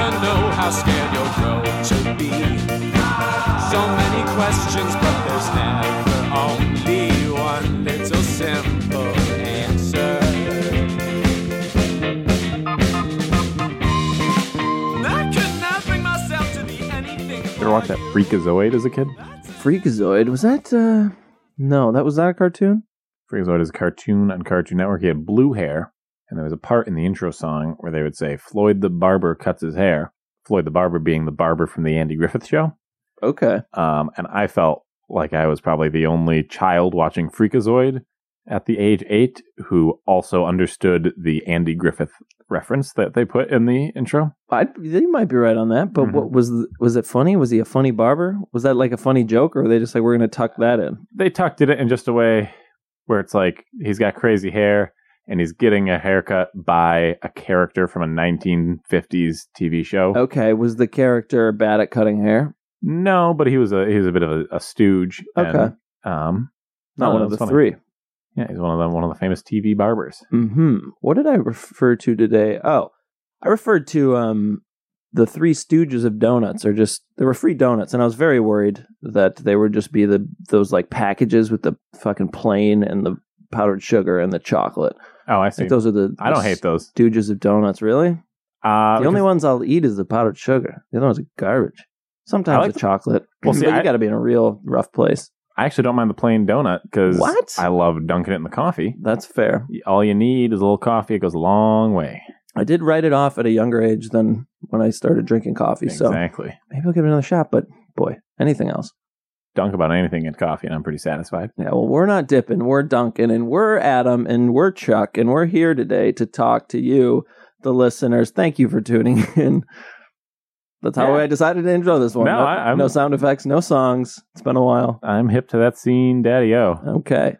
how scared you'll grow to be. So many questions, but there's never only one little simple answer. I could not bring myself to be anything. You ever watch that Freakazoid as a kid? Freakazoid was that? uh No, that was not a cartoon. Freakazoid is a cartoon on Cartoon Network. He had blue hair, and there was a part in the intro song where they would say, Floyd the Barber cuts his hair. Floyd the Barber being the barber from the Andy Griffith Show. Okay, Um, and I felt like I was probably the only child watching Freakazoid at the age eight who also understood the Andy Griffith reference that they put in the intro. I they might be right on that. But Mhm. what was th- was it funny? Was he a funny barber? Was that like a funny joke, or were they just like we're gonna tuck that in? They tucked it in just a way where it's like he's got crazy hair and he's getting a haircut by a character from a 1950s TV show. Okay, was the character bad at cutting hair? No, but he was a he was a bit of a, a stooge. Okay. And, um, Not no, one it of was the funny. three. Yeah, he's one of the one of the famous TV barbers. Hmm. What did I refer to today? Oh, I referred to um the Three Stooges of donuts, or just they were free donuts, and I was very worried that they would just be the those like packages with the fucking plain and the powdered sugar and the chocolate. Oh, I I see. think those are the. I don't hate those. the Stooges of donuts. Really, Uh, the only ones I'll eat is the powdered sugar. The other ones are garbage. Sometimes like the the- chocolate. Well, see, but you I- got to be in a real rough place. I actually don't mind the plain donut because What? I love dunking it in the coffee. That's fair. All you need is a little coffee. It goes a long way. I did write it off at a younger age than when I started drinking coffee. So Exactly. maybe I'll give it another shot. But boy, anything else? Dunk about anything in coffee, and I'm pretty satisfied. Yeah. Well, we're not dipping. We're Duncan, and we're Adam, and we're Chuck, and we're here today to talk to you, the listeners. Thank you for tuning in. That's how Yeah. I decided to intro this one. No, I- I'm- no sound effects, no songs. It's been a while. I'm hip to that scene, Daddy O. Okay.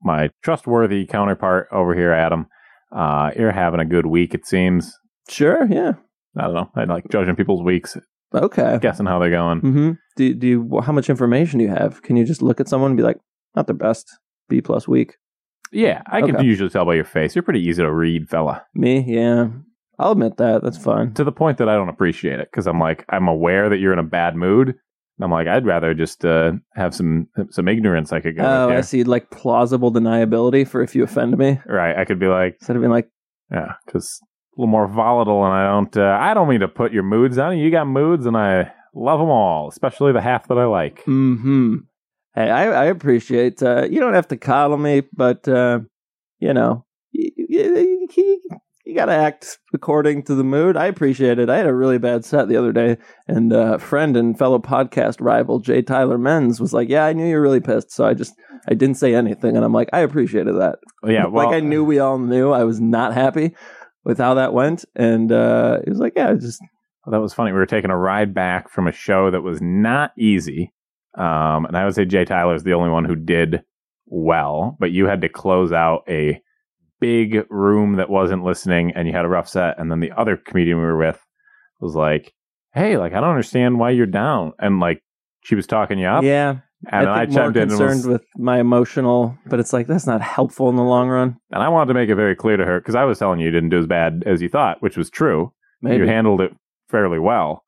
My trustworthy counterpart over here, Adam. Uh, you're having a good week, it seems. Sure. Yeah. I don't know. I like judging people's weeks, Okay. guessing how they're going. Mm-hmm. Do do you, how much information do you have? Can you just look at someone and be like, not the best, B plus week? Yeah, I can Okay. usually tell by your face. You're pretty easy to read, fella. Me? Yeah. I'll admit that. That's fine. To the point that I don't appreciate it because I'm like, I'm aware that you're in a bad mood. And I'm like, I'd rather just uh, have some some ignorance I could go Oh, with I here. see. Like plausible deniability for if you offend me. Right. I could be like, Instead of being like, yeah, because a little more volatile and I don't, uh, I don't mean to put your moods on you. You got moods and I love them all, especially the half that I like. hmm. Hey, I, I appreciate uh, you don't have to coddle me, but, uh, you know, you, you, you got to act according to the mood. I appreciate it. I had a really bad set the other day, and uh, friend and fellow podcast rival, Jay Tyler Menz, was like, Yeah, I knew you were really pissed. So I just, I didn't say anything. And I'm like, I appreciated that. Yeah. Well, like I knew we all knew I was not happy with how that went, and uh, it was like, yeah, just Oh, That was funny. We were taking a ride back from a show that was not easy. Um, and I would say Jay Tyler is the only one who did well, but you had to close out a big room that wasn't listening and you had a rough set. And then the other comedian we were with was like, Hey, like, I don't understand why you're down. And like, she was talking you up. yeah. and then I I think more chimed in and, concerned was, with my emotional, but it's like that's not helpful in the long run. and I wanted to make it very clear to her because I was telling you you didn't do as bad as you thought, which was true. Maybe you handled it fairly well.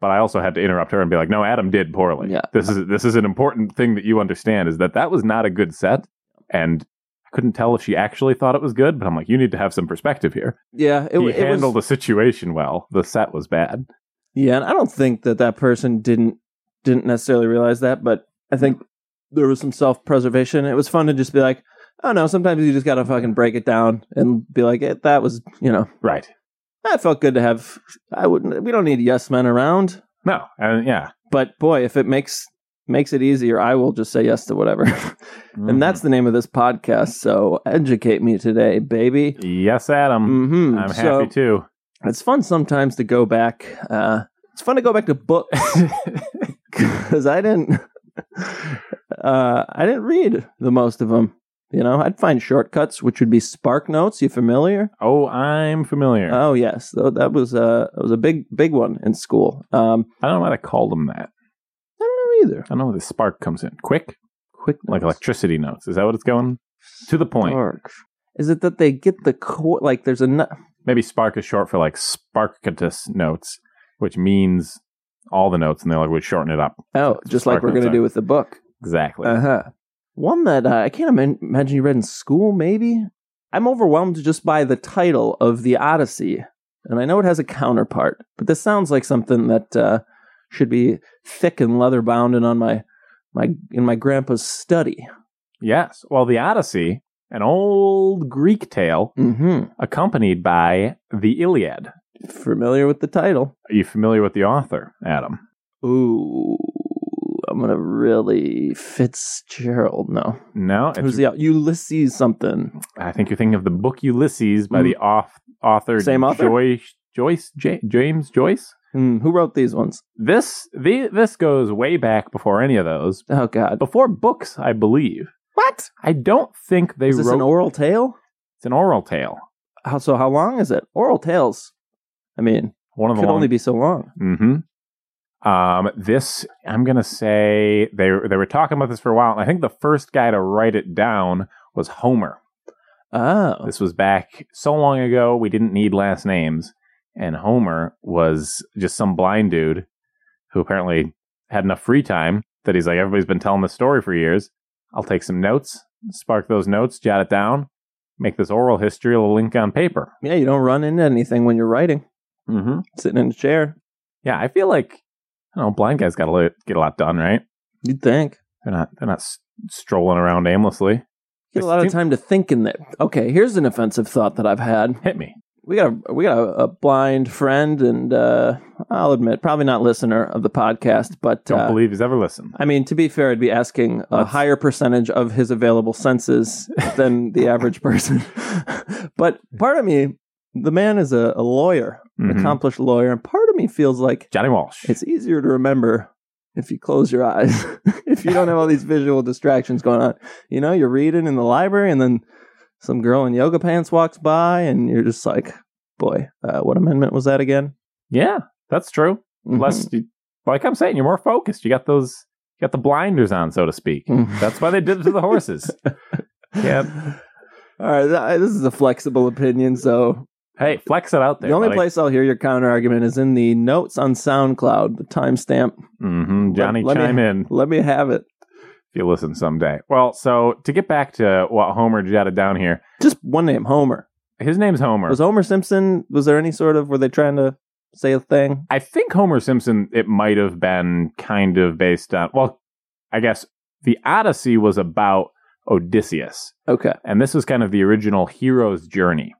But I also had to interrupt her and be like, "No, Adam did poorly. Yeah. This is this is an important thing that you understand is that that was not a good set." And I couldn't tell if she actually thought it was good, but I'm like, "You need to have some perspective here. yeah, it, he w- it handled was the situation well. The set was bad. yeah, and I don't think that that person didn't didn't necessarily realize that, but I think there was some self preservation. It was fun to just be like, oh no, sometimes you just gotta fucking break it down and be like, eh, that was you know, Right? that felt good to have. I wouldn't. We don't need yes men around. No. And yeah. but boy if it makes makes it easier i will just say yes to whatever Mm-hmm. and that's the name of this podcast so educate me today baby yes, Adam. mm-hmm. I'm so happy too. it's fun sometimes to go back uh it's fun to go back to books because i didn't uh i didn't read the most of them you know i'd find shortcuts which would be spark notes you familiar Oh, I'm familiar. oh yes so that was uh that was a big big one in school um I don't know why they called them that. i don't know either I don't know where the spark comes in. Quick, quick like notes. electricity notes. Is that what it's going? To the point. Dark. Is it that they get the core? Like, there's a nu- maybe spark is short for like sparkatus notes which means all the notes in the language. Shorten it up Oh, just like we're going to do with the book. exactly. Uh huh. One that uh, I can't ima- imagine you read in school, maybe? I'm overwhelmed just by the title of The Odyssey. And I know it has a counterpart, but this sounds like something that uh, should be thick and leather bound and on my, my, in my grandpa's study. Yes. Well, the Odyssey, an old Greek tale, Mm accompanied by the Iliad. hmm. Familiar with the title. Are you familiar with the author, Adam? Ooh, I'm going to really. Fitzgerald. No. No, it's, Who's the. Ulysses something. I think you're thinking of the book Ulysses by the off, author Hmm. Same author? Joyce, Joyce J- James Joyce. Hmm, who wrote these ones? This the, this goes way back before any of those. Oh, God. Before books, I believe. What? I don't think they Is this wrote. an oral tale? it's an oral tale. How so? How long is it? Oral tales. I mean, One of the could long- only be so long. Mm-hmm. Um, this I'm gonna say they they were talking about this for a while, and I think the first guy to write it down was Homer. Oh, This was back so long ago we didn't need last names, and Homer was just some blind dude who apparently had enough free time that he's like everybody's been telling this story for years. I'll take some notes, spark those notes, jot it down, make this oral history a little link on paper. yeah. You don't run into anything when you're writing, Mm-hmm. sitting in a chair. Yeah, I feel like I don't know, blind guys got to get a lot done, right? You'd think They're not. They're not s- strolling around aimlessly. get a lot of Think- time to think in there. Okay, here's an offensive thought that I've had. Hit me. We got a we got a, a blind friend, and uh, I'll admit, probably not listener of the podcast, but Don't uh, believe he's ever listened. I mean, to be fair, I'd be asking a Let's- higher percentage of his available senses than the average person. but part of me, the man is a, a lawyer, Mhm. accomplished lawyer, and part of me feels like Johnny Walsh. it's easier to remember if you close your eyes, if you don't have all these visual distractions going on. You know, you're reading in the library, and then some girl in yoga pants walks by, and you're just like, boy, uh, what amendment was that again? yeah, that's true. Mhm. Less, you, like I'm saying, you're more focused. You got those. You got the blinders on, so to speak. Mhm. That's why they did it to the horses. Yep. All right, th- I- this is a flexible opinion. So Hey, flex it out there. the only buddy. place I'll hear your counter argument is in the notes on SoundCloud, the timestamp. Mhm, Johnny, Let- let me- chime in if Let me have it. you listen someday. Well, so to get back to what Homer jotted down here, Just one name, Homer. his name's Homer. Was Homer Simpson? Was there any sort of? Were they trying to say a thing? I think Homer Simpson, it might have been kind of based on, well, I guess the Odyssey was about Odysseus. Okay. And this was kind of the original hero's journey.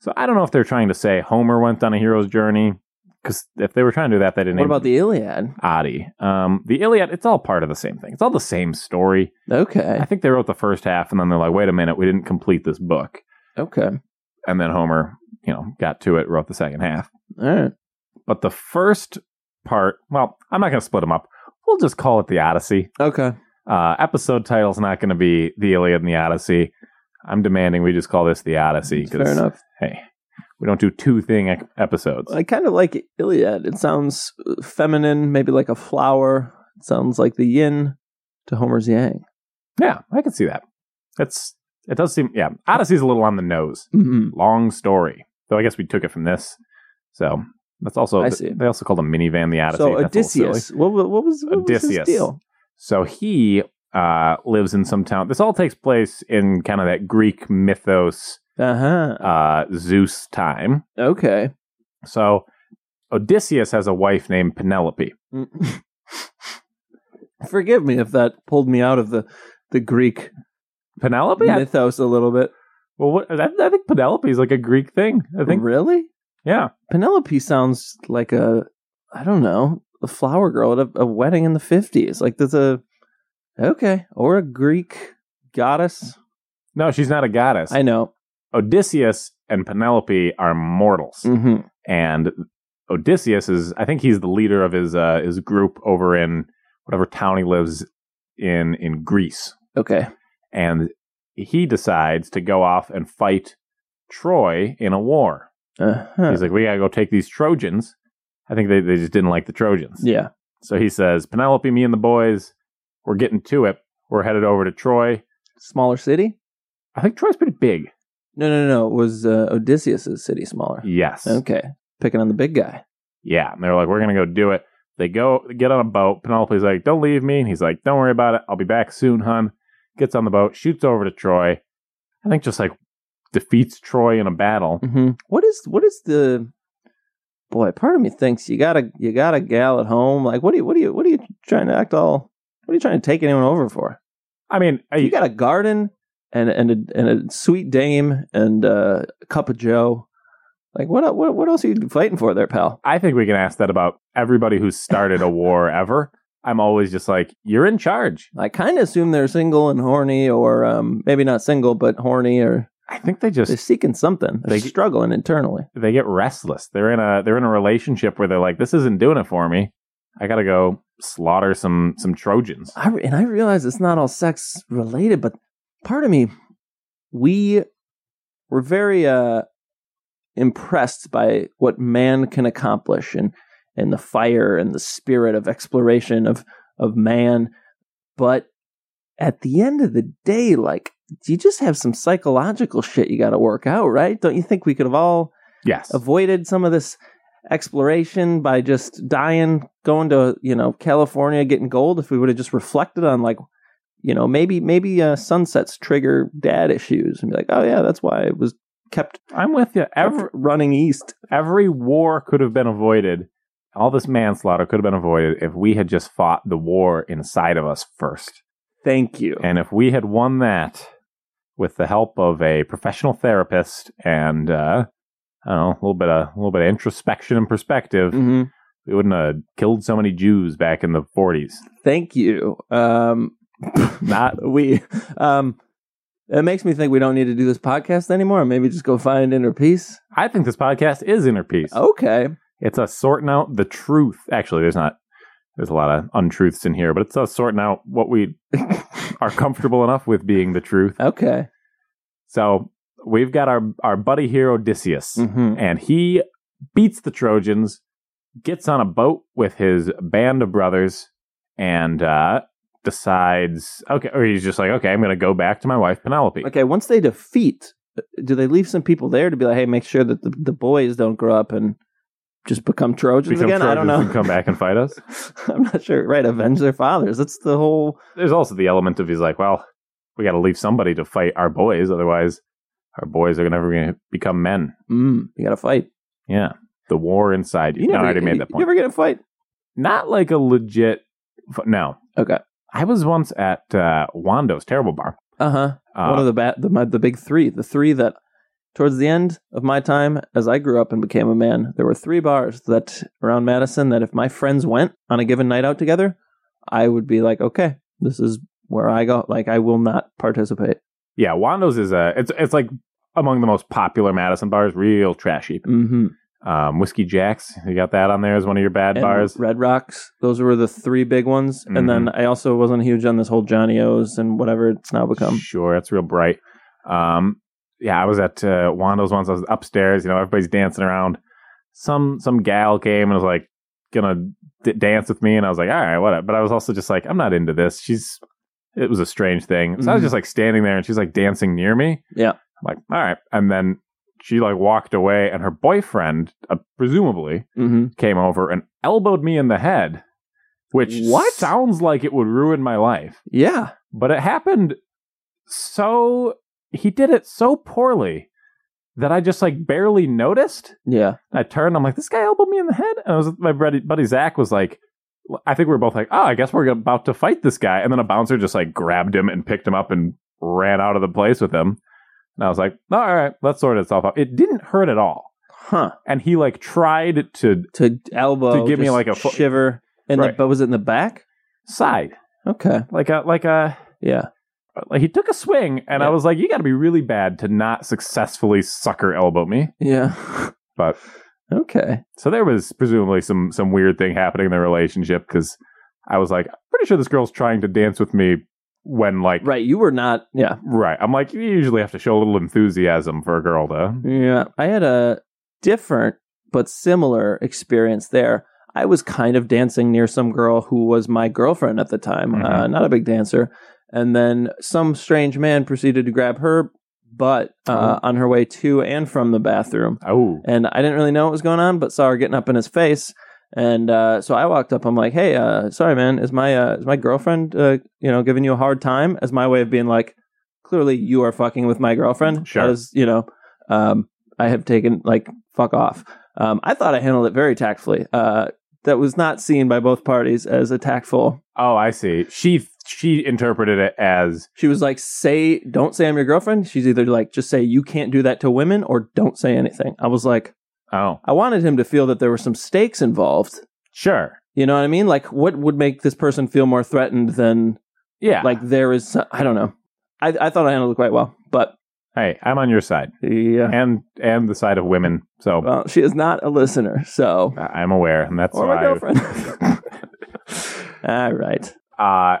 So I don't know if they're trying to say Homer went on a hero's journey, because if they were trying to do that, they didn't. What about the Iliad? Odyssey? Um, the Iliad, it's all part of the same thing. It's all the same story. I Okay. think they wrote the first half, and then they're like, wait a minute, we didn't complete this book. Okay. And then Homer, you know, got to it, wrote the second half. All right. But the first part, well, I'm not going to split them up. We'll just call it the Odyssey. Okay. Uh, episode title's not going to be the Iliad and the Odyssey. I'm demanding we just call this the Odyssey Fair because enough. we don't do two thing ec- episodes. I kind of like Iliad. It sounds uh, feminine, maybe like a flower. It sounds like the yin to Homer's yang. yeah, I can see that. It's it does seem yeah. Odyssey's a little on the nose. Mm-hmm. Long story, though. I guess we took it from this, so that's also I see. they also called a minivan the Odyssey. So That's a little silly. Odysseus. What, wa- what was what was his Odysseus. deal? So he uh, lives in some town. This all takes place in kind of that Greek mythos Uh huh. uh, Zeus time. Okay. So Odysseus has a wife named Penelope. Mm. Forgive me if that pulled me out of the the Greek Penelope? I- mythos a little bit. well, what, I, I think Penelope is like a Greek thing. I think, really, yeah. Penelope sounds like a I don't know a flower girl at a, a wedding in the fifties. Like there's a okay or a Greek goddess. No, she's not a goddess. I know. Odysseus and Penelope are mortals, hmm and Odysseus is. I think he's the leader of his uh, his group over in whatever town he lives in in Greece, Okay. and he decides to go off and fight Troy in a war. Uh-huh. He's like, we gotta go take these Trojans. I think they, they just didn't like the Trojans. Yeah. So he says, Penelope, me and the boys, we're getting to it. We're headed over to Troy. Smaller city? I think Troy's pretty big. No, no, no. It was uh, Odysseus's city smaller? Yes. Okay. Picking on the big guy. yeah. And they're like, we're going to go do it. They go get on a boat. Penelope's like, don't leave me. And he's like, don't worry about it. I'll be back soon, hun. Gets on the boat, shoots over to Troy. I think just like defeats Troy in a battle. Mm-hmm. What is what is the boy? Part of me thinks you got a you got a gal at home. Like what do you what do you what are you trying to act all? What are you trying to take anyone over for? I mean, I- You got a garden and and a, and a sweet dame and uh, a cup of Joe. Like what what what else are you fighting for there, pal? I think we can ask that about everybody who's started a war ever. I'm always just like, you're in charge. I kind of assume they're single and horny, or um, maybe not single but horny, or I think they just they're seeking something. They're They- struggling internally. they get restless. They're in a they're in a relationship where they're like, this isn't doing it for me. I gotta go slaughter some some Trojans. I, re- and I realize it's not all sex related, but part of me, we were very uh, impressed by what man can accomplish and, and the fire and the spirit of exploration of, of man. But at the end of the day, like, you just have some psychological shit you got to work out, right? Don't you think we could have all Yes, avoided some of this exploration by just dying, going to you know California, getting gold. If we would have just reflected on like, you know, maybe maybe uh, sunsets trigger dad issues and be like, oh yeah, that's why it was kept I'm with you. Every kept running east. every war could have been avoided. All this manslaughter could have been avoided if we had just fought the war inside of us first. Thank you. And if we had won that with the help of a professional therapist and uh, I don't know, a little bit of a little bit of introspection and perspective, hmm we wouldn't have killed so many Jews back in the 40s. Thank you. Um, Not we um, it makes me think we don't need to do this podcast anymore. Maybe just go find inner peace. I think this podcast is inner peace. Oh. Okay. It's us sorting out the truth. Actually, there's not. There's a lot of untruths in here, but it's us sorting out what we are comfortable enough with being the truth. Okay. So we've got our our buddy here, Odysseus, hmm and he beats the Trojans, gets on a boat with his band of brothers, and uh, decides okay, or he's just like, okay, I'm going to go back to my wife Penelope. Okay, once they defeat, uh, do they leave some people there to be like, hey, make sure that the, the boys don't grow up and just become Trojans Become again? I don't Trojans know. and come back and fight us. I'm not sure. Right, avenge their fathers. That's the whole. there's also the element of he's like, well, we got to leave somebody to fight our boys, otherwise our boys are never going to become men. Mm, you got to fight. Yeah, the war inside you. no, I already made that You point. ever get in a fight? Not like a legit. f- No, Okay. I was once at uh, Wando's terrible bar. Uh huh. Uh, One of the ba- the my, the big three, the three that towards the end of my time, as I grew up and became a man, there were three bars that around Madison that if my friends went on a given night out together, I would be like, okay, this is where I go. Like I will not participate. yeah, Wando's is a. It's it's like among the most popular Madison bars. Real trashy. Mm-hmm. Um, Whiskey Jacks. You got that on there as one of your bad bars. Mm-hmm. Red Rocks. Those were the three big ones. And then I also wasn't huge on this whole Johnny O's and whatever it's now become. Sure, that's real bright. Um, yeah, I was at uh, Wando's once. I was upstairs. You know, everybody's dancing around. Some some gal came and was like gonna d- dance with me, and I was like, all right, whatever. But I was also just like, I'm not into this. She's it was a strange thing. So I was Mhm. just like standing there, and she's like dancing near me. Yeah. I'm like, all right. And then she like walked away, and her boyfriend, uh, presumably, Mm-hmm. came over and elbowed me in the head, which What? sounds like it would ruin my life Yeah. but it happened so he did it so poorly that I just like barely noticed. Yeah. I turned, I'm like, this guy elbowed me in the head, and I was my buddy, buddy Zach was like, I think we were both like, oh, I guess we're about to fight this guy, and then a bouncer just like grabbed him and picked him up and ran out of the place with him, and I was like, all right, let's sort itself out. It didn't hurt at all, Huh. and he like tried to To elbow. To give me just like a fo- shiver. And the, Right. but was it in the back? side Okay. like a like a Yeah. like he took a swing, and I Yeah. was like, you got to be really bad to not successfully sucker elbow me. Yeah. But okay. so there was presumably some some weird thing happening in the relationship because I was like, I'm pretty sure this girl's trying to dance with me when like Right. You were not. Yeah. right. I'm like, you usually have to show a little enthusiasm for a girl to. Yeah, I had a different but similar experience there. I was kind of dancing near some girl who was my girlfriend at the time, uh, Mhm. not a big dancer. And then some strange man proceeded to grab her butt uh, on her way to and from the bathroom. Oh, And I didn't really know what was going on, but saw her getting up in his face. And uh, so I walked up. I'm like, "Hey, uh, sorry, man. Is my uh, is my girlfriend, uh, you know, giving you a hard time?" As my way of being like, clearly you are fucking with my girlfriend. Sure. That is, you know, um, I have taken like fuck off. Um, I thought I handled it very tactfully. Uh, that was not seen by both parties as a tactful. oh, I see. She she interpreted it as She was like, "Say, don't say I'm your girlfriend." She's either like, "Just say you can't do that to women," or "Don't say anything." I was like, oh, I wanted him to feel that there were some stakes involved. sure, You know what I mean? Like, what would make this person feel more threatened than yeah. like there is? I don't know. I, I thought I handled it quite well, but hey, I'm on your side yeah, and and the side of women. So well, she is not a listener, so I- I'm aware, and that's or my why. girlfriend. All right, uh,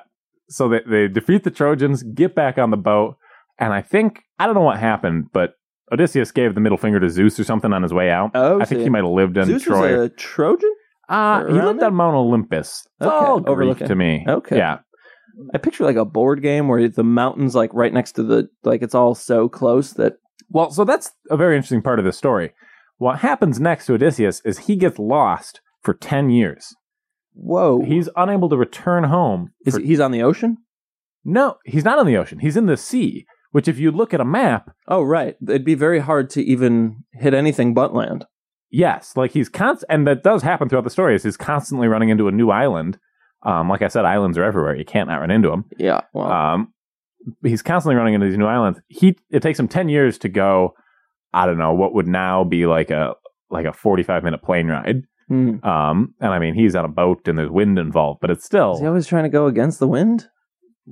so they, they defeat the Trojans, get back on the boat, and I think I don't know what happened, but Odysseus gave the middle finger to Zeus or something on his way out. oh, I think see. he might have lived in Zeus Troy. is a Trojan. Uh, he around lived there? on Mount Olympus. It's Okay, all over Greek Lincoln. to me. Okay. Yeah. I picture like a board game where the mountains like right next to the like it's all so close that Well, so that's a very interesting part of the story. What happens next to Odysseus is he gets lost for 10 years. whoa He's unable to return home. is for- he- he's on the ocean. No, he's not on the ocean. He's in the sea, which if you look at a map, Oh right, it'd be very hard to even hit anything but land. yes, like he's const and that does happen throughout the story is he's constantly running into a new island. Um, like I said, islands are everywhere. You can't not run into them. Yeah, well, Um, he's constantly running into these new islands. He it takes him ten years to go. I don't know what would now be like a like a forty five minute plane ride. hmm. Um, and I mean he's on a boat and there's wind involved, but it's is he still always trying to go against the wind?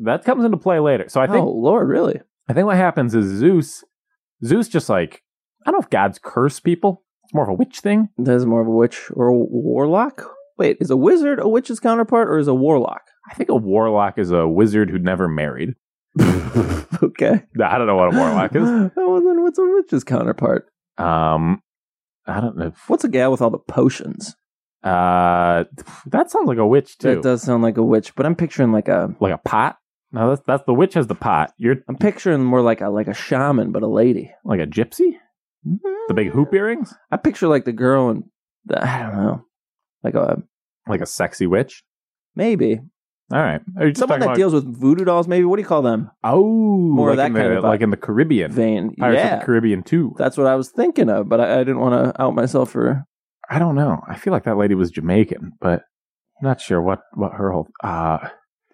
that comes into play later. So I think oh Lord, really? I think what happens is Zeus Zeus just like I don't know if gods curse people. It's more of a witch thing. That's more of a witch or a warlock. Wait, is a wizard a witch's counterpart or is a warlock? I think a warlock is a wizard who'd never married. I Okay, don't know what a warlock is. well, then what's a witch's counterpart? Um, I don't know. What's a gal with all the potions? Uh, that sounds like a witch too. That does sound like a witch, but I'm picturing like a like a pot. No, that's that's the witch has the pot. You're I'm picturing more like a like a shaman, but a lady. like a gypsy. The big hoop earrings, I picture like the girl in the, I don't know, like a like a sexy witch. maybe All right, are you just talking someone that about deals with voodoo dolls. Maybe what do you call them? oh more like of that in the, kind of vibe. like in the Caribbean Vein. Pirates of yeah, the Caribbean too. that's what I was thinking of, but I, I didn't want to out myself for. I don't know. I feel like that lady was Jamaican, but I'm not sure what what her whole uh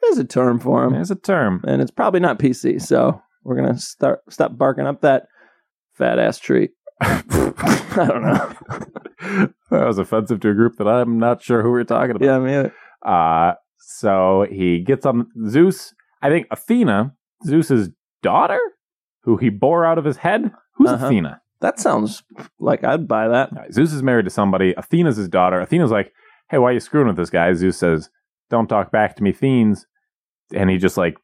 There's a term for them, there's a term. and it's probably not PC. So we're gonna start stop barking up that fat ass tree. I don't know. that was offensive to a group that I'm not sure who we're talking about. Yeah, I mean, Uh, so he gets on Zeus. I think Athena, Zeus's daughter, who he bore out of his head. Who's Uh-huh. Athena? that sounds like I'd buy that. Uh, Zeus is married to somebody. Athena's his daughter. Athena's like, "Hey, why are you screwing with this guy?" Zeus says, "Don't talk back to me, fiends." And he just like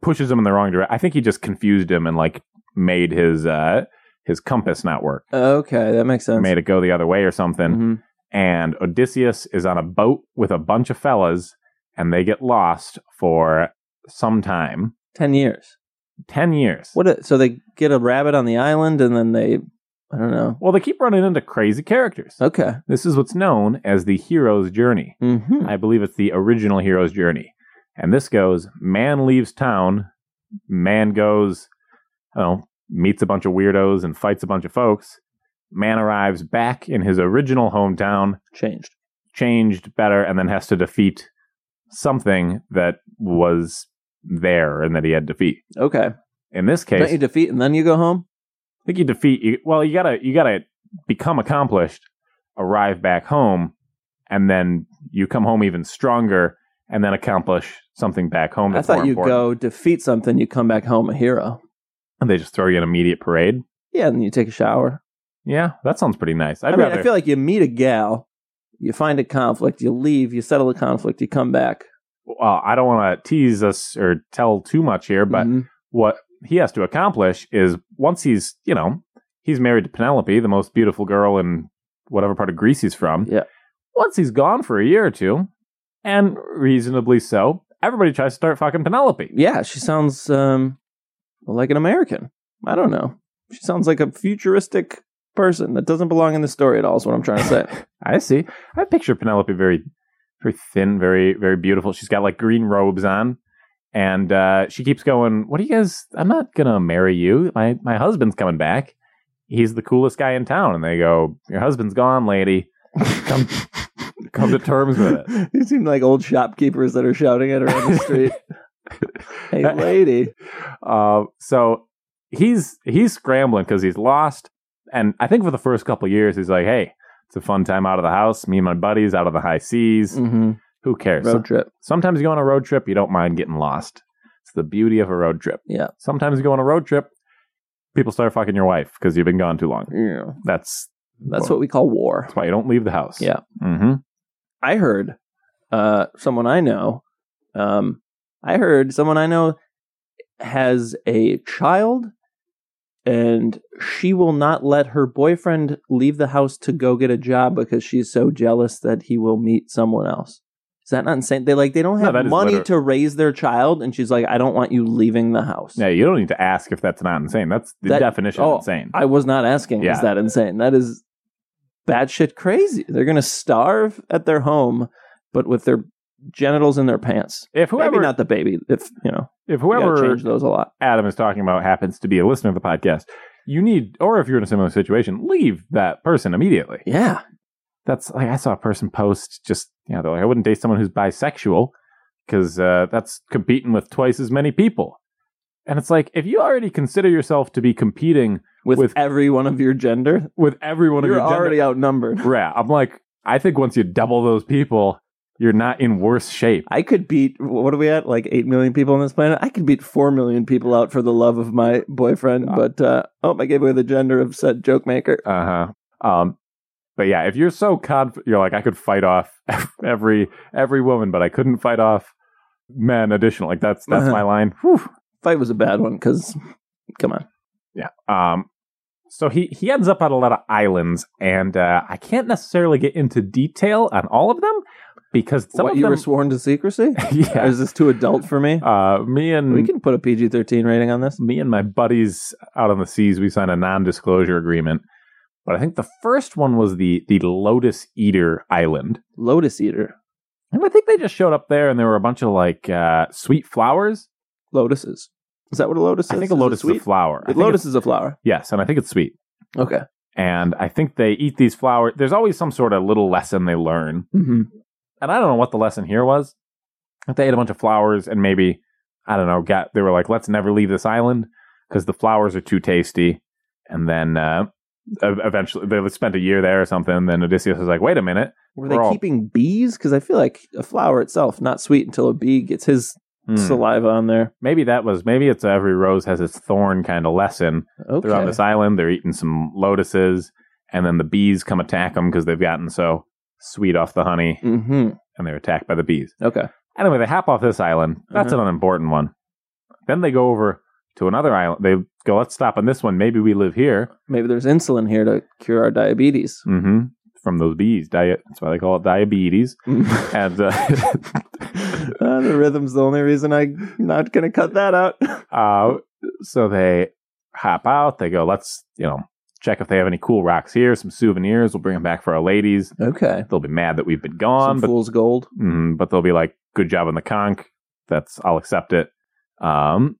pushes him in the wrong direction. I think he just confused him and like made his uh his compass not work, Okay, that makes sense. made it go the other way or something Mhm. and Odysseus is on a boat with a bunch of fellas, and they get lost for some time Ten years. 10 years. What? A, so they get a rabbit on the island, and then they, I don't know. Well, they keep running into crazy characters. Okay. This is what's known as the hero's journey. hmm I believe it's the original hero's journey. And this goes man leaves town, man goes, I don't know, meets a bunch of weirdos and fights a bunch of folks. Man arrives back in his original hometown, Changed. changed better and then has to defeat something that was there and that he had to defeat. Okay. In this case, Don't you defeat and then you go home? I think you defeat you, well, you gotta you gotta become accomplished, arrive back home, and then you come home even stronger and then accomplish something back home. I That's thought more you important. go defeat something, you come back home a hero. and they just throw you an immediate parade. Yeah, and you take a shower. Yeah, that sounds pretty nice. i I'd mean, rather I feel like you meet a gal, you find a conflict, you leave, you settle the conflict, you come back. well, I don't want to tease us or tell too much here, but Mhm. what he has to accomplish is once he's you know he's married to Penelope, the most beautiful girl in whatever part of Greece he's from. Yeah. Once he's gone for a year or two, and reasonably so, everybody tries to start fucking Penelope. yeah, she sounds um like an American. I don't know. She sounds like a futuristic person that doesn't belong in the story at all. Is what I'm trying to say. I see. I picture Penelope very, very thin, very, very beautiful. She's got like green robes on, and uh, she keeps going. What do you guys? I'm not gonna marry you. My my husband's coming back. He's the coolest guy in town. And they go, your husband's gone, lady. Come, come to terms with it. you seem like old shopkeepers that are shouting at her on the street. hey, lady. Uh, so he's he's scrambling because he's lost. And I think for the first couple years, he's like, "Hey, it's a fun time out of the house. Me and my buddies out of the high seas. Mm-hmm. Who cares? Road trip. Sometimes you go on a road trip, you don't mind getting lost. It's the beauty of a road trip. Yeah. Sometimes you go on a road trip, people start fucking your wife because you've been gone too long. Yeah. That's That's what we call war. that's why you don't leave the house. Yeah. hmm I heard uh, someone I know. Um, I heard someone I know has a child, and she will not let her boyfriend leave the house to go get a job because she's so jealous that he will meet someone else. Is that not insane? They like they don't No, have that is money literal- to raise their child, and she's like, I don't want you leaving the house. Yeah. You don't need to ask if that's not insane. That's the That- definition oh, of insane. I was not asking. Yeah. Is that insane? That is batshit crazy. They're gonna starve at their home, but with their genitals in their pants. if Maybe whoever, not the baby. If you know, if we gotta whoever change those a lot. Adam is talking about happens to be a listener of the podcast, you need, or if you're in a similar situation, leave that person immediately. Yeah, that's like I saw a person post just you know they're like I wouldn't date someone who's bisexual because uh, that's competing with twice as many people, and it's like if you already consider yourself to be competing with, With- every one of your gender, with everyone you're of your already outnumbered. gender, yeah, I'm like I think once you double those people, you're not in worse shape. I could beat. What are we at? Like eight million people on this planet. I could beat four million people out for the love of my boyfriend. Ah. But uh, oh, I gave away the gender of said joke maker. Uh huh. Um, but yeah, if you're so conf- you're like I could fight off every every woman, but I couldn't fight off men. Additional, like that's that's Uh-huh. my line. Whew. Fight was a bad one because, come on. Yeah. Um. So he he ends up on a lot of islands, and uh, I can't necessarily get into detail on all of them because some what of you them. were sworn to secrecy? Or yeah. is this too adult for me? Uh, me and we can put a PG thirteen rating on this. me and my buddies out on the seas, we signed a non-disclosure agreement. But I think the first one was the the Lotus Eater Island, Lotus Eater, and I think they just showed up there, and there were a bunch of like uh, sweet flowers. lotuses. Is that what a lotus is? I think a Is it lotus is, sweet? a flower. I think lotus it's- is a flower. yes, and I think it's sweet. Okay. And I think they eat these flowers. There's always some sort of little lesson they learn. Mm-hmm. and I don't know what the lesson here was. If they ate a bunch of flowers and maybe I don't know, got they were like, let's never leave this island because the flowers are too tasty. And then uh, ev- eventually they spent a year there or something. Then Odysseus was like, wait a minute, Were We're they all- keeping bees? Because I feel like a flower itself not sweet until a bee gets his Hmm. saliva on there. maybe that was maybe it's every rose has its thorn kind of lesson. Okay. They're on this island, they're eating some lotuses, and then the bees come attack them because they've gotten so sweet off the honey, hmm and they're attacked by the bees. Okay. Anyway, they hop off this island. That's Uh-huh. an unimportant one. Then they go over to another island. They go, let's stop on this one. Maybe we live here. Maybe there's insulin here to cure our diabetes. hmm From those bees. Diet. That's why they call it diabetes. Uh, And uh, the rhythm's the only reason I'm not going to cut that out. uh, so they hop out. They go, let's, you know, check if they have any cool rocks here, some souvenirs. We'll bring them back for our ladies. okay. They'll be mad that we've been Some gone, but, fool's gold. mhm, but they'll be like, good job on the conch. That's, I'll accept it. Um,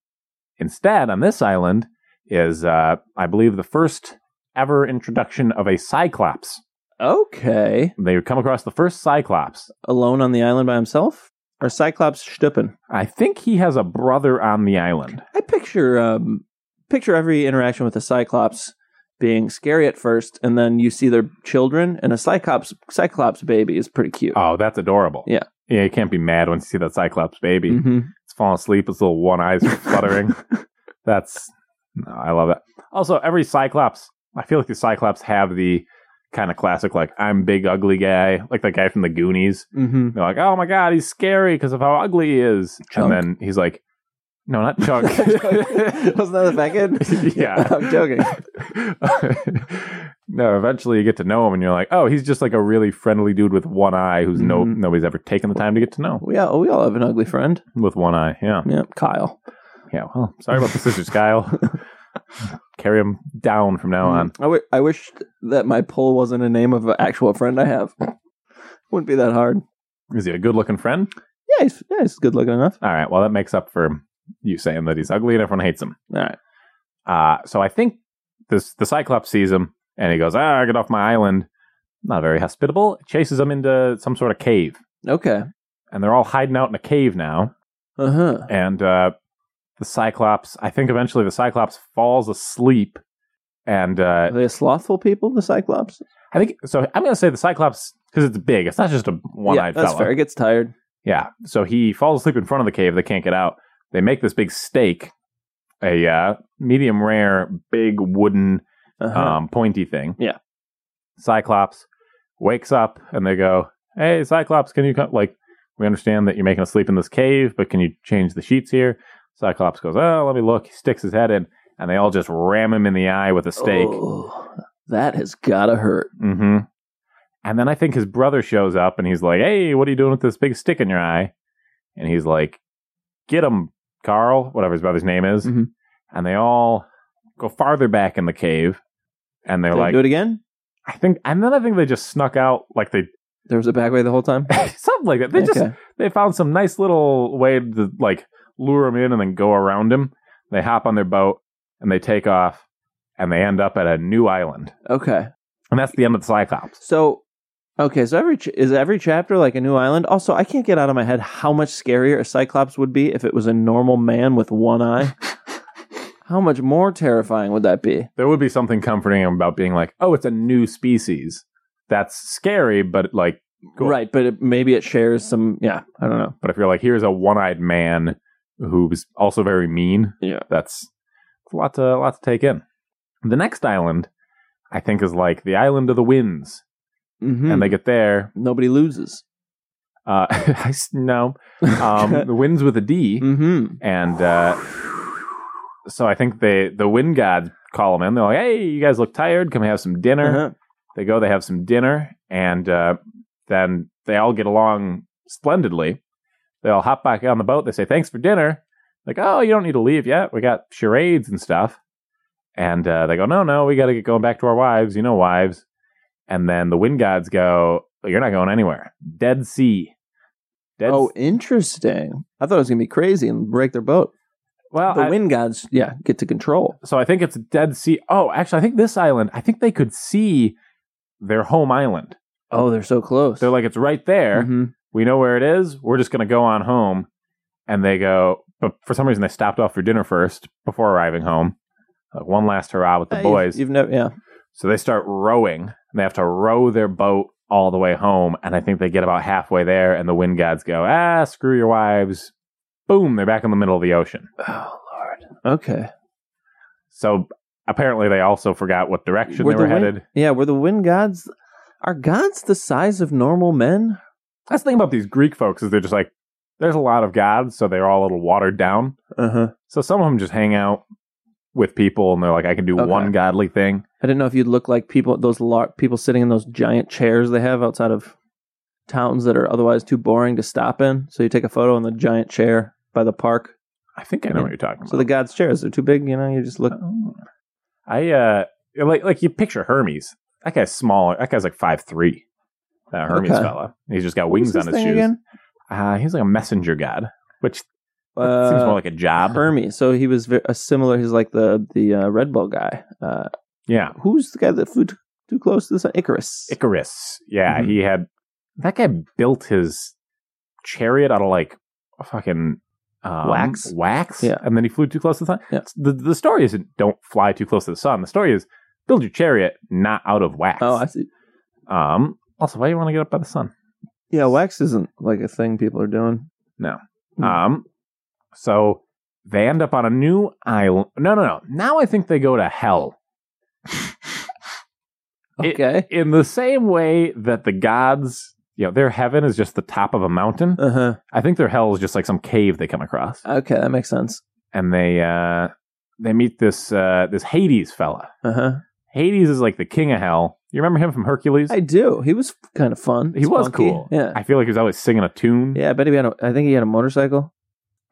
Instead, on this island is, uh, I believe, the first ever introduction of a cyclops. Okay. They come across the first cyclops. Alone on the island by himself? Or Cyclops Stippen? I think he has a brother on the island. I picture um, picture every interaction with a Cyclops being scary at first, and then you see their children, and a Cyclops Cyclops baby is pretty cute. Oh, that's adorable. Yeah. Yeah, you can't be mad when you see that cyclops baby. Mhm. It's falling asleep, its little one eyes fluttering. that's, no, I love that. Also, every cyclops, I feel like the cyclops have the kind of classic, like, I'm big, ugly guy, like that guy from the Goonies. Mhm. They're like, oh my god, he's scary because of how ugly he is. And Chunk. then he's like, no, not Chunk. mm-hmm. Wasn't that the fat kid? Yeah. I'm joking. no, eventually you get to know him and you're like, oh, he's just like a really friendly dude with one eye who's no Mhm. nobody's ever taken the time to get to know We all we all have an ugly friend. with one eye. Yeah. Yeah, Kyle. Yeah. Well, sorry about the sisters, Kyle. Carry him down from now on. Mm-hmm. I, w- I wish that my poll wasn't a name of an actual friend I have. Wouldn't be that hard. Mm. Is he a good looking friend? Yeah, he's, yeah, he's good looking enough. All right. Well, that makes up for you saying that he's ugly and everyone hates him. All right. Uh, so I think this the Cyclops sees him and he goes, "Ah, get off my island." Not very hospitable. Chases him into some sort of cave, Okay. and they're all hiding out in a cave now. Uh huh. And uh, the Cyclops, I think, eventually the Cyclops falls asleep, and uh, Are they slothful people, the Cyclops? I think so. I'm gonna say the Cyclops because it's big. It's not just a one-eyed yeah, that's fellow. fair. It gets tired. Yeah. So he falls asleep in front of the cave. They can't get out. They make this big stake, a uh, medium rare, big wooden Uh-huh. um, pointy thing. Yeah. Cyclops wakes up and they go, Hey, Cyclops, can you come? Like, we understand that you're making us sleep in this cave, but can you change the sheets here? Cyclops goes, Oh, let me look. He sticks his head in and they all just ram him in the eye with a stake. Oh, that has gotta hurt. hmm And then I think his brother shows up and he's like, Hey, what are you doing with this big stick in your eye? And he's like, Get him, Carl, whatever his brother's name is. Mhm. And they all go farther back in the cave and they're Did like, do it again? I think, and then I think they just snuck out like they There was a back way the whole time. something like that. They just Okay. they found some nice little way to like lure him in and then go around him. They hop on their boat and they take off and they end up at a new island, okay. and that's the end of the Cyclops. So, okay. So every ch- is every chapter like a new island. Also, I can't get out of my head how much scarier a Cyclops would be if it was a normal man with one eye. how much more terrifying would that be? There would be something comforting about being like, oh, it's a new species. That's scary, but like, Cool. Right, but it, maybe it shares some. Yeah, I don't know. but if you're like, here's a one-eyed man who's also very mean, Yeah. that's it's a lot to a lot to take in. The next island, I think, is like the island of the winds. Mm-hmm. and they get there. nobody loses. Uh, I s- no, um, the wind's with a D, mm-hmm. and uh, so I think they the wind gods call them in. They're like, "Hey, you guys look tired. Come have some dinner." Uh-huh. They go, they have some dinner, and uh, then they all get along splendidly. They all hop back on the boat. They say, "Thanks for dinner." Like, "Oh, you don't need to leave yet. We got charades and stuff." And uh, they go, "No, no, we got to get going back to our wives. You know, wives." And then the wind gods go, "You're not going anywhere. Dead Sea." Dead Oh, interesting. I thought it was gonna be crazy and break their boat. well, the I- wind gods, yeah, get to control. so I think it's Dead Sea. Oh, actually, I think this island. I think they could see their home island. Oh, they're so close. They're like, "It's right there." Mhm. we know where it is. We're just going to go on home. And they go, but for some reason, they stopped off for dinner first before arriving home. Like one last hurrah with the Hey, boys. Uh, You've, you've never, yeah. so they start rowing and they have to row their boat all the way home. And I think they get about halfway there. And the wind gods go, ah, screw your wives. Boom, they're back in the middle of the ocean. Oh Lord. Okay. So apparently, they also forgot what direction Were they were the wind- headed. Yeah, were the wind gods? Are gods the size of normal men? That's the thing about these Greek folks is they're just like, there's a lot of gods, so they're all a little watered down. Uh huh. So some of them just hang out with people and they're like, I can do Okay. one godly thing. I didn't know if you'd look like people those lar- people sitting in those giant chairs they have outside of towns that are otherwise too boring to stop in. So you take a photo in the giant chair by the park. I think I know what you're talking about. Oh. So the gods' chairs are too big. You know, you just look. I uh like like you picture Hermes. That guy's smaller. That guy's like five three. That Hermes Okay. fella. He's just got What was wings on his this thing shoes. again? Uh, he's like a messenger god, which seems Uh, more like a job. Hermes. So he was ve- a similar. He's like the the uh, Red Bull guy. Uh, yeah, who's the guy that flew too, too close to the sun? Icarus. Icarus. Yeah, Mhm. he had that guy built his chariot out of like fucking um, Wax? wax, Yeah. and then he flew too close to the sun. Yeah. The the story isn't don't fly too close to the sun. The story is build your chariot not out of wax. oh, I see. um. Also, why do you want to get up by the sun? Yeah, wax isn't like a thing people are doing. Hmm. Um. So they end up on a new island. No, no, no. Now I think they go to hell. It- Okay. In the same way that the gods, you know, their heaven is just the top of a mountain. Uh huh. I think their hell is just like some cave they come across, Okay, that makes sense. and they uh, they meet this uh, this Hades fella. Uh huh. Hades is like the king of hell. You remember him from Hercules? I do. He was kind of fun. he was Spunky. cool. Yeah. I feel like he was always singing a tune. yeah, I bet he had. A, I think he had a motorcycle.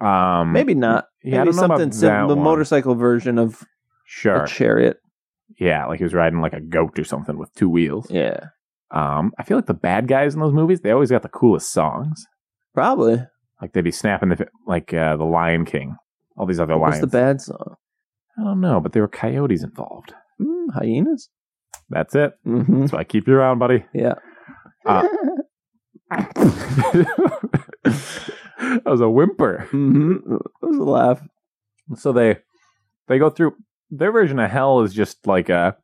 Um, Maybe not. Yeah, I Maybe don't know about something sim- that the one. motorcycle version of Sure. a chariot. yeah, like he was riding like a goat or something with two wheels. Yeah, Um, I feel like the bad guys in those movies, they always got the coolest songs. probably. Like they'd be snapping the like uh, the Lion King, all these other What was lions. the bad song? I don't know, but there were coyotes involved. Mm, hyenas. That's it. Mm-hmm. That's why I keep you around, buddy. Yeah. Uh, that was a whimper. hmm It was a laugh. So they they go through their version of hell is just like a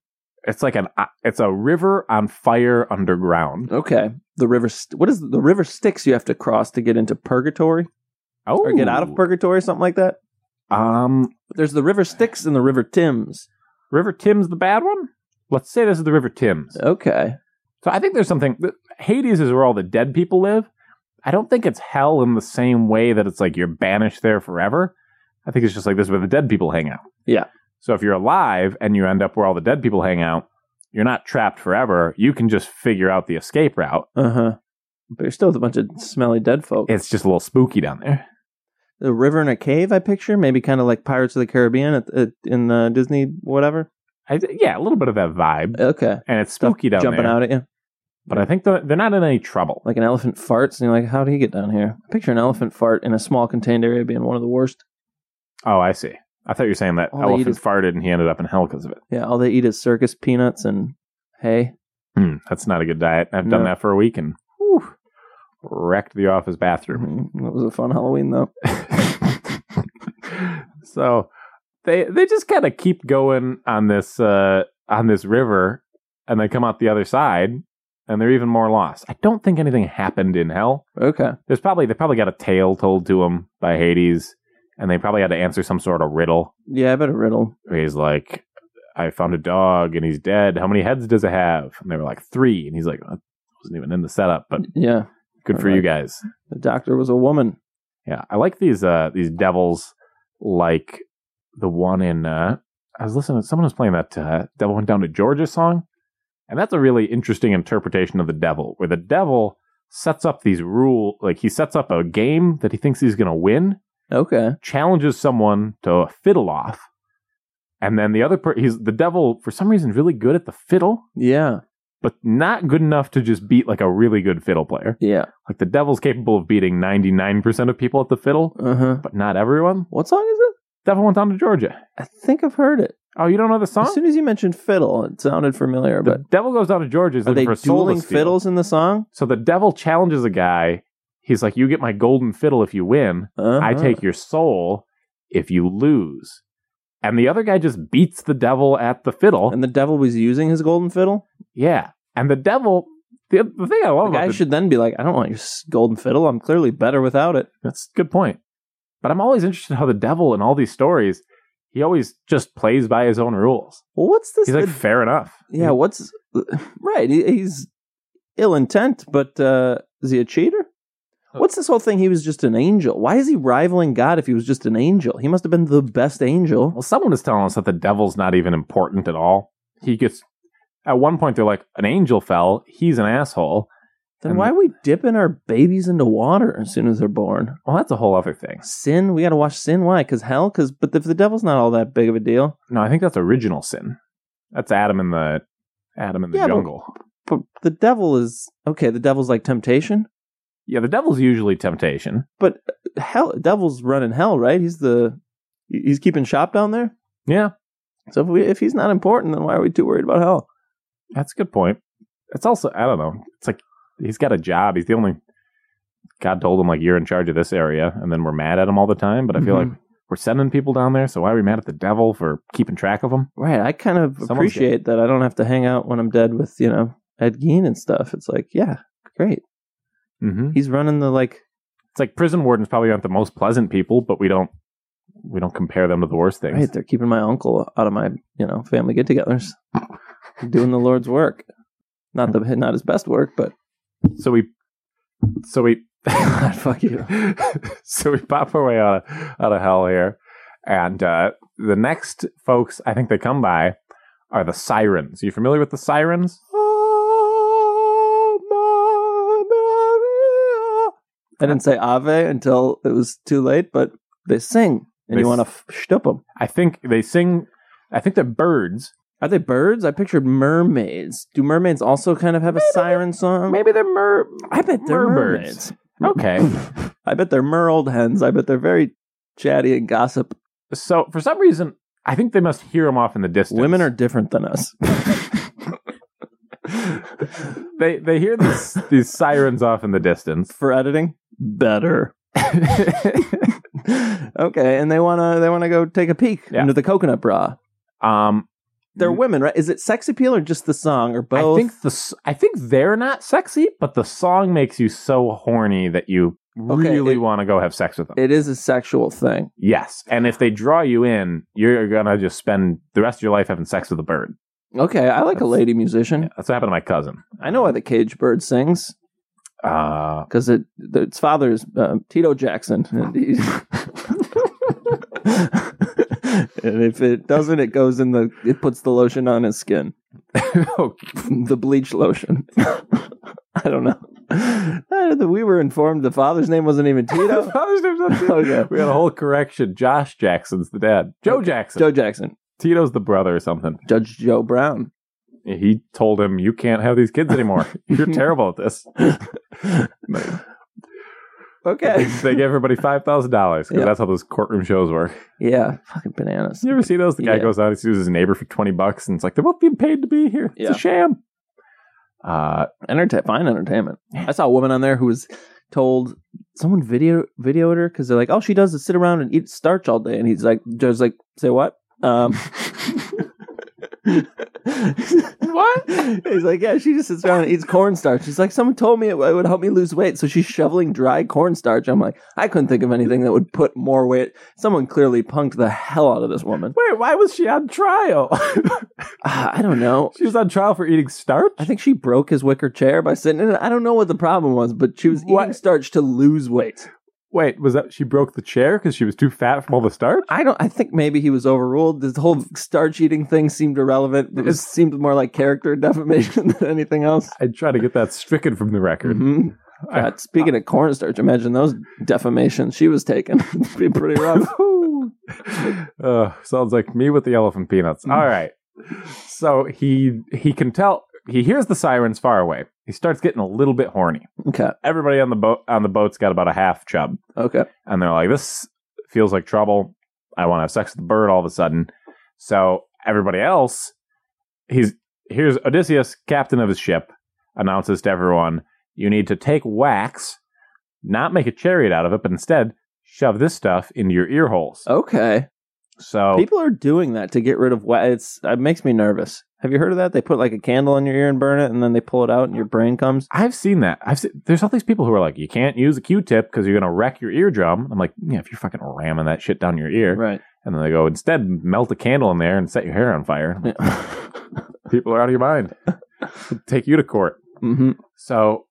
it's like an uh, it's a river on fire underground. Okay. The river. St- what is the river Styx you have to cross to get into purgatory Oh, or get out of purgatory, something like that? Um, There's the river Styx and the river Thames. River Thames the bad one? Let's say this is the River Thames. Okay. So I think there's something. Hades is where all the dead people live. I don't think it's hell in the same way that it's like you're banished there forever. I think it's just like this is where the dead people hang out. Yeah. So if you're alive and you end up where all the dead people hang out, you're not trapped forever. You can just figure out the escape route. Uh huh. But you're still with a bunch of smelly dead folk. It's just a little spooky down there. the river in a cave, I picture, maybe kind of like Pirates of the Caribbean at, at, in the Disney whatever. I, yeah, a little bit of that vibe, Okay. and it's Stuff spooky down jumping there. out at you. But I think the, they're not in any trouble. Like an elephant farts, and you're like, how did he get down here? I picture an elephant fart in a small contained area being one of the worst. Oh, I see. I thought you were saying that All they eat elephant is- farted and he ended up in hell because of it. Yeah, all they eat is circus peanuts and hay. Hmm, that's not a good diet. I've done No. that for a week and whew, wrecked the office bathroom. Mhm. That was a fun Halloween, though. so they they just kind of keep going on this uh, on this river, and they come out the other side, and they're even more lost. I don't think anything happened in hell. Okay. There's probably they probably got a tale told to them by Hades, and they probably had to answer some sort of riddle. Yeah, I bet a riddle. where he's like, I found a dog and he's dead. How many heads does it have? And they were like three, and he's like, I wasn't even in the setup, but Yeah. good for Right. you guys. The doctor was a woman. Yeah, I like these uh these devils, like the one in uh I was listening. Someone was playing that uh, "Devil Went Down to Georgia" song, and that's a really interesting interpretation of the devil, where the devil sets up these rule, like he sets up a game that he thinks he's going to win, Okay. challenges someone to a fiddle off, and then the other per- he's the devil for some reason really good at the fiddle, Yeah. but not good enough to just beat like a really good fiddle player. Yeah. Like the devil's capable of beating ninety nine percent of people at the fiddle, Uh huh. but not everyone. What song is it? Devil went down to Georgia. I think I've heard it. Oh, you don't know the As song? soon as you mentioned fiddle, it sounded familiar, The but devil goes down to Georgia. Is are they looking for a soul to dueling steal. fiddles in the song? So the devil challenges a guy. He's like, "You get my golden fiddle if you win. I Uh-huh. take your soul if you lose." And the other guy just beats the devil at the fiddle. And the devil was using his golden fiddle? yeah, and the devil. The, the thing I love about The guy the- should then be like, I don't want your s- golden fiddle. I'm clearly better without it. that's a good point. But I'm always interested how the devil in all these stories, he always just plays by his own rules. Well, what's this? He's like, the- "Fair enough." yeah, what's. Right. he- He's ill intent, but uh, is he a cheater? Oh. What's this whole thing? He was just an angel. Why is he rivaling God if he was just an angel? He must have been the best angel. Well, someone is telling us that the devil's not even important at all. He gets at one point they're like, an angel fell, he's an asshole. Then And- why are we dipping our babies into water as soon as they're born? Well, that's a whole other thing. Sin, we got to watch sin. Why? Because hell. Because but if the devil's not all that big of a deal, No, I think that's original sin. That's Adam in the Adam in the Yeah, but- jungle. but the devil is okay. The devil's like temptation. Yeah, the devil's usually temptation. Hell, devil's running hell, right? He's the he's keeping shop down there. Yeah, So if we if he's not important, then why are we too worried about hell? that's a good point. It's also I don't know. It's like he's got a job. He's the only God told him like you're in charge of this area, and then we're mad at him all the time. But I feel Mhm. like we're sending people down there, so why are we mad at the devil for keeping track of them? Right. I kind of Someone's appreciate that I don't have to hang out when I'm dead with you know Ed Gein and stuff. It's like yeah, great. Mm-hmm. He's running the like it's like prison wardens probably aren't the most pleasant people, but we don't we don't compare them to the worst things. Right, they're keeping my uncle out of my, you know, family get-togethers, doing the Lord's work. Not the not his best work, but So we so we God, fuck you. so we pop our way out of out of hell here, and uh, the next folks I think they come by are the sirens. you familiar with the sirens? I didn't say Ave until it was too late, but they sing, and They you want s- to f- shtup them. I think they sing. I think they're birds. Are they birds? I pictured mermaids. Do mermaids also kind of have a siren song? Maybe they're mer. I bet they're Mermaids. mermaids. Okay. I bet they're merled hens. I bet they're very chatty and gossip. so for some reason, I think they must hear them off in the distance. Women are different than us. they they hear these these sirens off in the distance. For editing, better. okay, and they wanna they wanna go take a peek Yeah. under the coconut bra. Um, They're women, right? Is it sex appeal or just the song or I both? think the s- I think they're not sexy, but the song makes you so horny that you Okay, really it- want to go have sex with them. it is a sexual thing. yes, and if they draw you in, you're gonna just spend the rest of your life having sex with a bird. Okay, I like a That's- lady musician. Yeah, that's what happened to my cousin. I know why the cage bird sings Uh, because it the, its father is uh, Tito Jackson, and, he- and if it doesn't, it goes in the it puts the lotion on his skin, oh, the bleach lotion. I don't know. Uh, We were informed the father's name wasn't even Tito. Father's name's not Tito. Okay. We had a whole correction. Josh Jackson's the dad. Joe Okay. Jackson. Joe Jackson, Tito's the brother or something. Judge Joe Brown. He told him, "You can't have these kids anymore. You're terrible at this." They, Okay. they give everybody five thousand dollars because Yeah. that's how those courtroom shows work. Yeah, fucking bananas. You ever see those? The guy Yeah. goes out, he sues his neighbor for twenty bucks, and it's like they're both being paid to be here. It's Yeah. a sham. Uh, Enterta- fine entertainment. I saw a woman on there who was told someone video videoed her because they're like, oh, she does is sit around and eat starch all day, and he's like, Joe's like, say what? Um, what? He's like, yeah, she just sits around and eats cornstarch. She's like, someone told me it, it would help me lose weight, so she's shoveling dry cornstarch. I'm like, I couldn't think of anything that would put more weight. Someone clearly punked the hell out of this woman. wait, why was she on trial? Ah, I don't know. she was on trial for eating starch. I think she broke his wicker chair by sitting in it. I don't know what the problem was, but she was eating What? starch to lose weight. Wait, was that she broke the chair because she was too fat from all the starch? I don't. I think maybe he was overruled. This whole starch eating thing seemed irrelevant. It was, It's- seemed more like character defamation than anything else. I'd try to get that stricken from the record. Mhm. I- God, speaking of cornstarch, imagine those defamations she was taking. It'd be pretty rough. uh, sounds like me with the elephant peanuts. All right. So he he can tell he hears the sirens far away. He starts getting a little bit horny. Okay. Everybody on the boat on the boat's got about a half chub, Okay. and they're like, "This feels like trouble. I want to have sex with the bird." All of a sudden, so everybody else, he's here's Odysseus, captain of his ship, announces to everyone, "You need to take wax, not make a chariot out of it, but instead." Shove this stuff into your ear holes. Okay. So People are doing that to get rid of wet. It's it makes me nervous. Have you heard of that? They put like a candle in your ear and burn it, and then they pull it out, and your brain comes. I've seen that. I've seen, there's all these people who are like, you can't use a Q-tip because you're gonna wreck your eardrum. I'm like, yeah, if you're fucking ramming that shit down your ear, Right. and then they go instead melt a candle in there and set your hair on fire. I'm like, Mm-hmm. people are out of your mind. They'll Take you to court. hmm So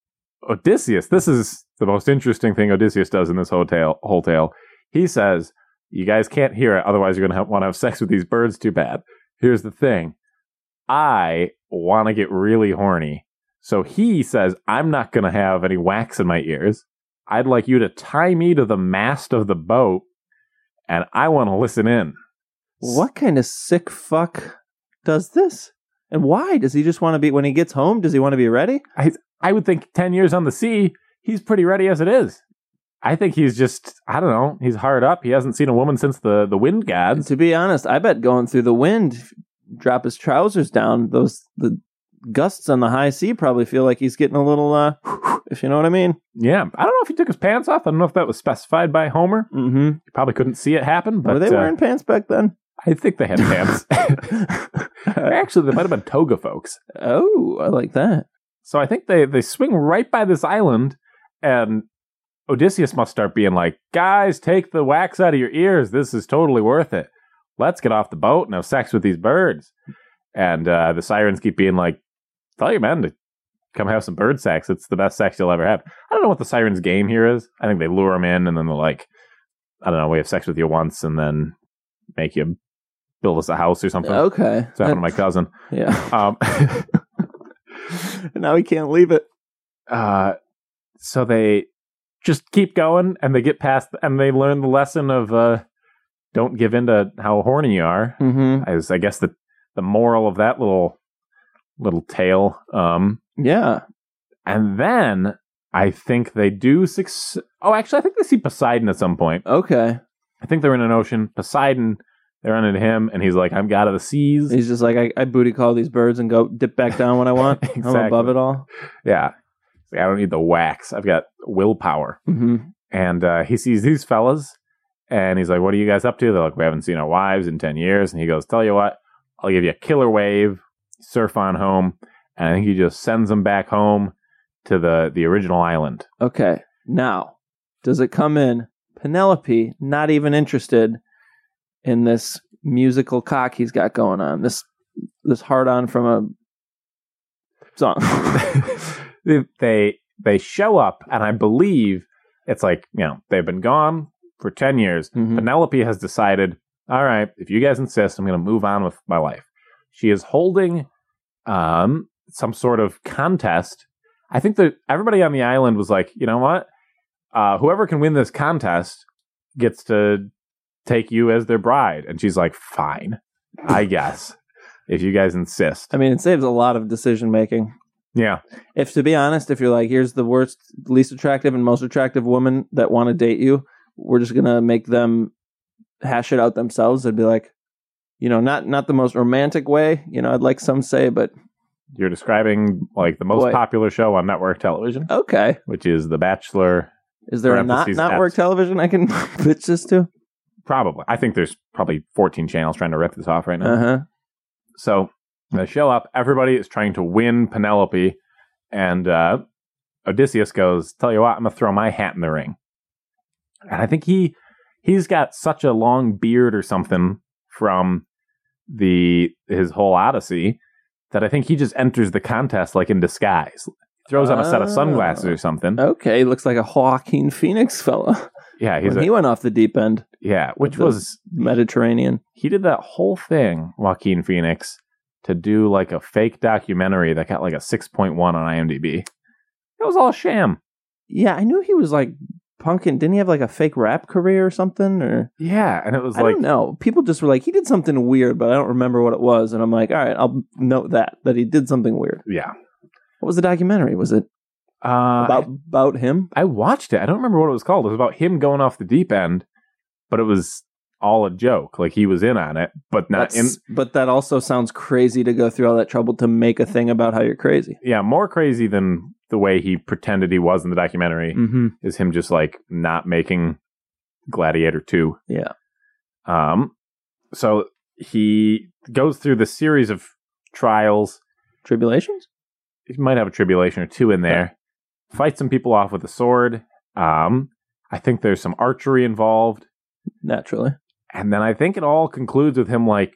Odysseus, this is the most interesting thing Odysseus does in this whole tale. Whole tale. He says, "You guys can't hear it, otherwise you're gonna want to have sex with these birds too bad." Here's the thing: I want to get really horny, so he says, "I'm not gonna have any wax in my ears. I'd like you to tie me to the mast of the boat, and I want to listen in." What kind of sick fuck does this? And why does he just want to be when he gets home? Does he want to be ready? I would think 10 years on the sea, he's pretty ready as it is. I think he's just, I don't know, he's hard up. He hasn't seen a woman since the, the wind And gods. to be honest, I bet going through the wind, drop his trousers down. Those the gusts on the high sea probably feel like he's getting a little, uh, if you know what I mean. Yeah. I don't know if he took his pants off. I don't know if that was specified by Homer. Mm-hmm. You probably couldn't see it happen, but Were they uh, wearing pants back then? I think they had pants. Actually, they might have been toga folks. Oh, I like that. So I think they, they swing right by this island, and Odysseus must start being like, guys, take the wax out of your ears. This is totally worth it. Let's get off the boat and have sex with these birds. And uh, the sirens keep being like, tell your men to come have some bird sex. It's the best sex you'll ever have. I don't know what the sirens' game here is. I think they lure them in, and then they're like, I don't know, we have sex with you once, and then make you build us a house or something. Okay. It's happened to my cousin. yeah. Um, now he can't leave it. uh, so they just keep going and they get past and they learn the lesson of uh, don't give in to how horny you are. Mm-hmm. Is I guess the the moral of that little little tale. Um, Yeah. and then I think they do six oh actually, I think they see Poseidon at some point. Okay. I think they're in an ocean. Poseidon, they're running to him, and he's like, "I'm god of the seas." He's just like, I, I booty call these birds and go dip back down when I want. I'm above Exactly. it all. Yeah, He's like, I don't need the wax. I've got willpower. Mm-hmm. and uh, he sees these fellas and he's like what are you guys up to they're like we haven't seen our wives in 10 years and he goes tell you what i'll give you a killer wave surf on home and i think he just sends them back home to the the original island Okay. Now, does it come in? Penelope, not even interested in this musical cock he's got going on. This this hard on from a song. They- they they show up and i believe it's like you know they've been gone for 10 years Mhm. penelope has decided all right if you guys insist i'm going to move on with my life she is holding um some sort of contest i think that everybody on the island was like you know what uh whoever can win this contest gets to take you as their bride and she's like fine i guess if you guys insist I mean, it saves a lot of decision making. yeah If to be honest, if you're like, here's the worst, least attractive and most attractive woman that want to date you, we're just gonna make them hash it out themselves. I'd be like, you know, not not the most romantic way. You know, I'd like some say, but You're describing like the most Boy. popular show on network television, okay. which is The Bachelor. Is there a not Parentheses not at. work television I can pitch this to? Probably, I think there's probably 14 channels trying to rip this off right now. Uh huh. So they show up. Everybody is trying to win Penelope, and uh, Odysseus goes, "Tell you what, I'm gonna throw my hat in the ring." And I think he he's got such a long beard or something from the his whole Odyssey that I think he just enters the contest like in disguise. Throws on a set of Oh. sunglasses or something. Okay, looks like a Joaquin Phoenix fella. Yeah, he's when a, he went off the deep end, Yeah, which the- was Mediterranean. he did that whole thing, Joaquin Phoenix, to do like a fake documentary that got like a six point one on IMDb. That was all sham. Yeah, I knew he was like punkin. Didn't he have like a fake rap career or something? Or Yeah, and it was I like don't know. People just were like, he did something weird, but I don't remember what it was. And I'm like, all right, I'll note that that he did something weird. yeah. What was the documentary? Was it Uh, about about him? I watched it. I don't remember what it was called. It was about him going off the deep end, but it was all a joke. Like he was in on it, but not in. That's- but that also sounds crazy to go through all that trouble to make a thing about how you're crazy. Yeah, more crazy than the way he pretended he was in the documentary. Mm-hmm. is him just like not making Gladiator 2. Yeah. Um so he goes through the series of trials. Tribulations. He might have a tribulation or two in there. Fights some people off with a sword. Um I think there's some archery involved. Naturally. And then I think it all concludes with him like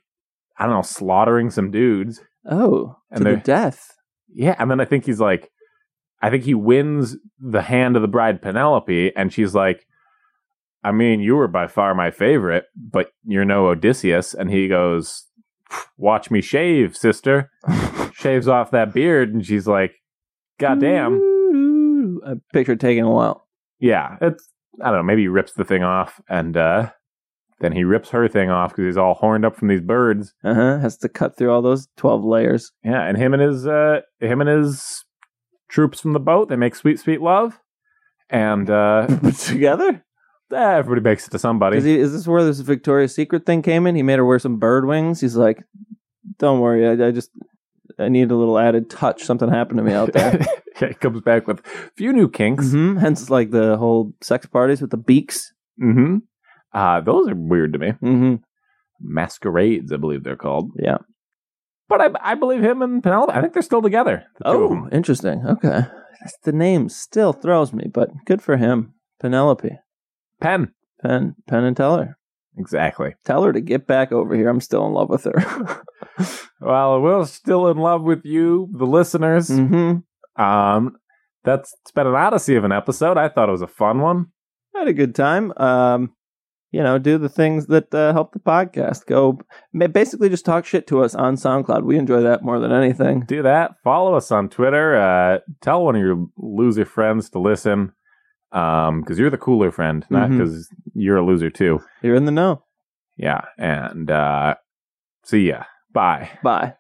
I don't know, slaughtering some dudes. Oh, And to the they're- death. Yeah, and then I think he's like, I think he wins the hand of the bride Penelope, and she's like, I mean, you were by far my favorite, but you're no Odysseus. And he goes, Watch me shave, sister. Shaves off that beard, and she's like, God damn. I picture it taking a while. Yeah, it's, I don't know, maybe he rips the thing off, and uh, then he rips her thing off because he's all horned up from these birds. Uh huh. Has to cut through all those 12 layers. Yeah, and him and his uh him and his troops from the boat, they make sweet, sweet love. And uh Together? eh, everybody makes it to somebody. Is, he, is this where this Victoria's Secret thing came in? He made her wear some bird wings. He's like, don't worry. I, I just, I need a little added touch. Something happened to me out there. Yeah, he comes back with a few new kinks. hmm Hence, like the whole sex parties with the beaks. Mm-hmm. Uh those are weird to me. Mm-hmm. Masquerades, I believe they're called. Yeah. But I I believe him and Penelope, I think they're still together. the two of Oh, them. interesting. Okay. That's, the name still throws me, but good for him. Penelope. Pen. Pen, Pen and Teller. Exactly. Tell her to get back over here. I'm still in love with her. Well, we're still in love with you, the listeners. hmm Um that's it's been an odyssey of an episode. I thought it was a fun one. I had a good time. Um, you know, do the things that uh, help the podcast. Go ma- basically just talk shit to us on SoundCloud. We enjoy that more than anything. do that. Follow us on Twitter. Uh, tell one of your loser friends to listen because you're the cooler friend, not Mhm. because you're a loser too. You're in the know. Yeah. And uh, see ya. Bye. Bye.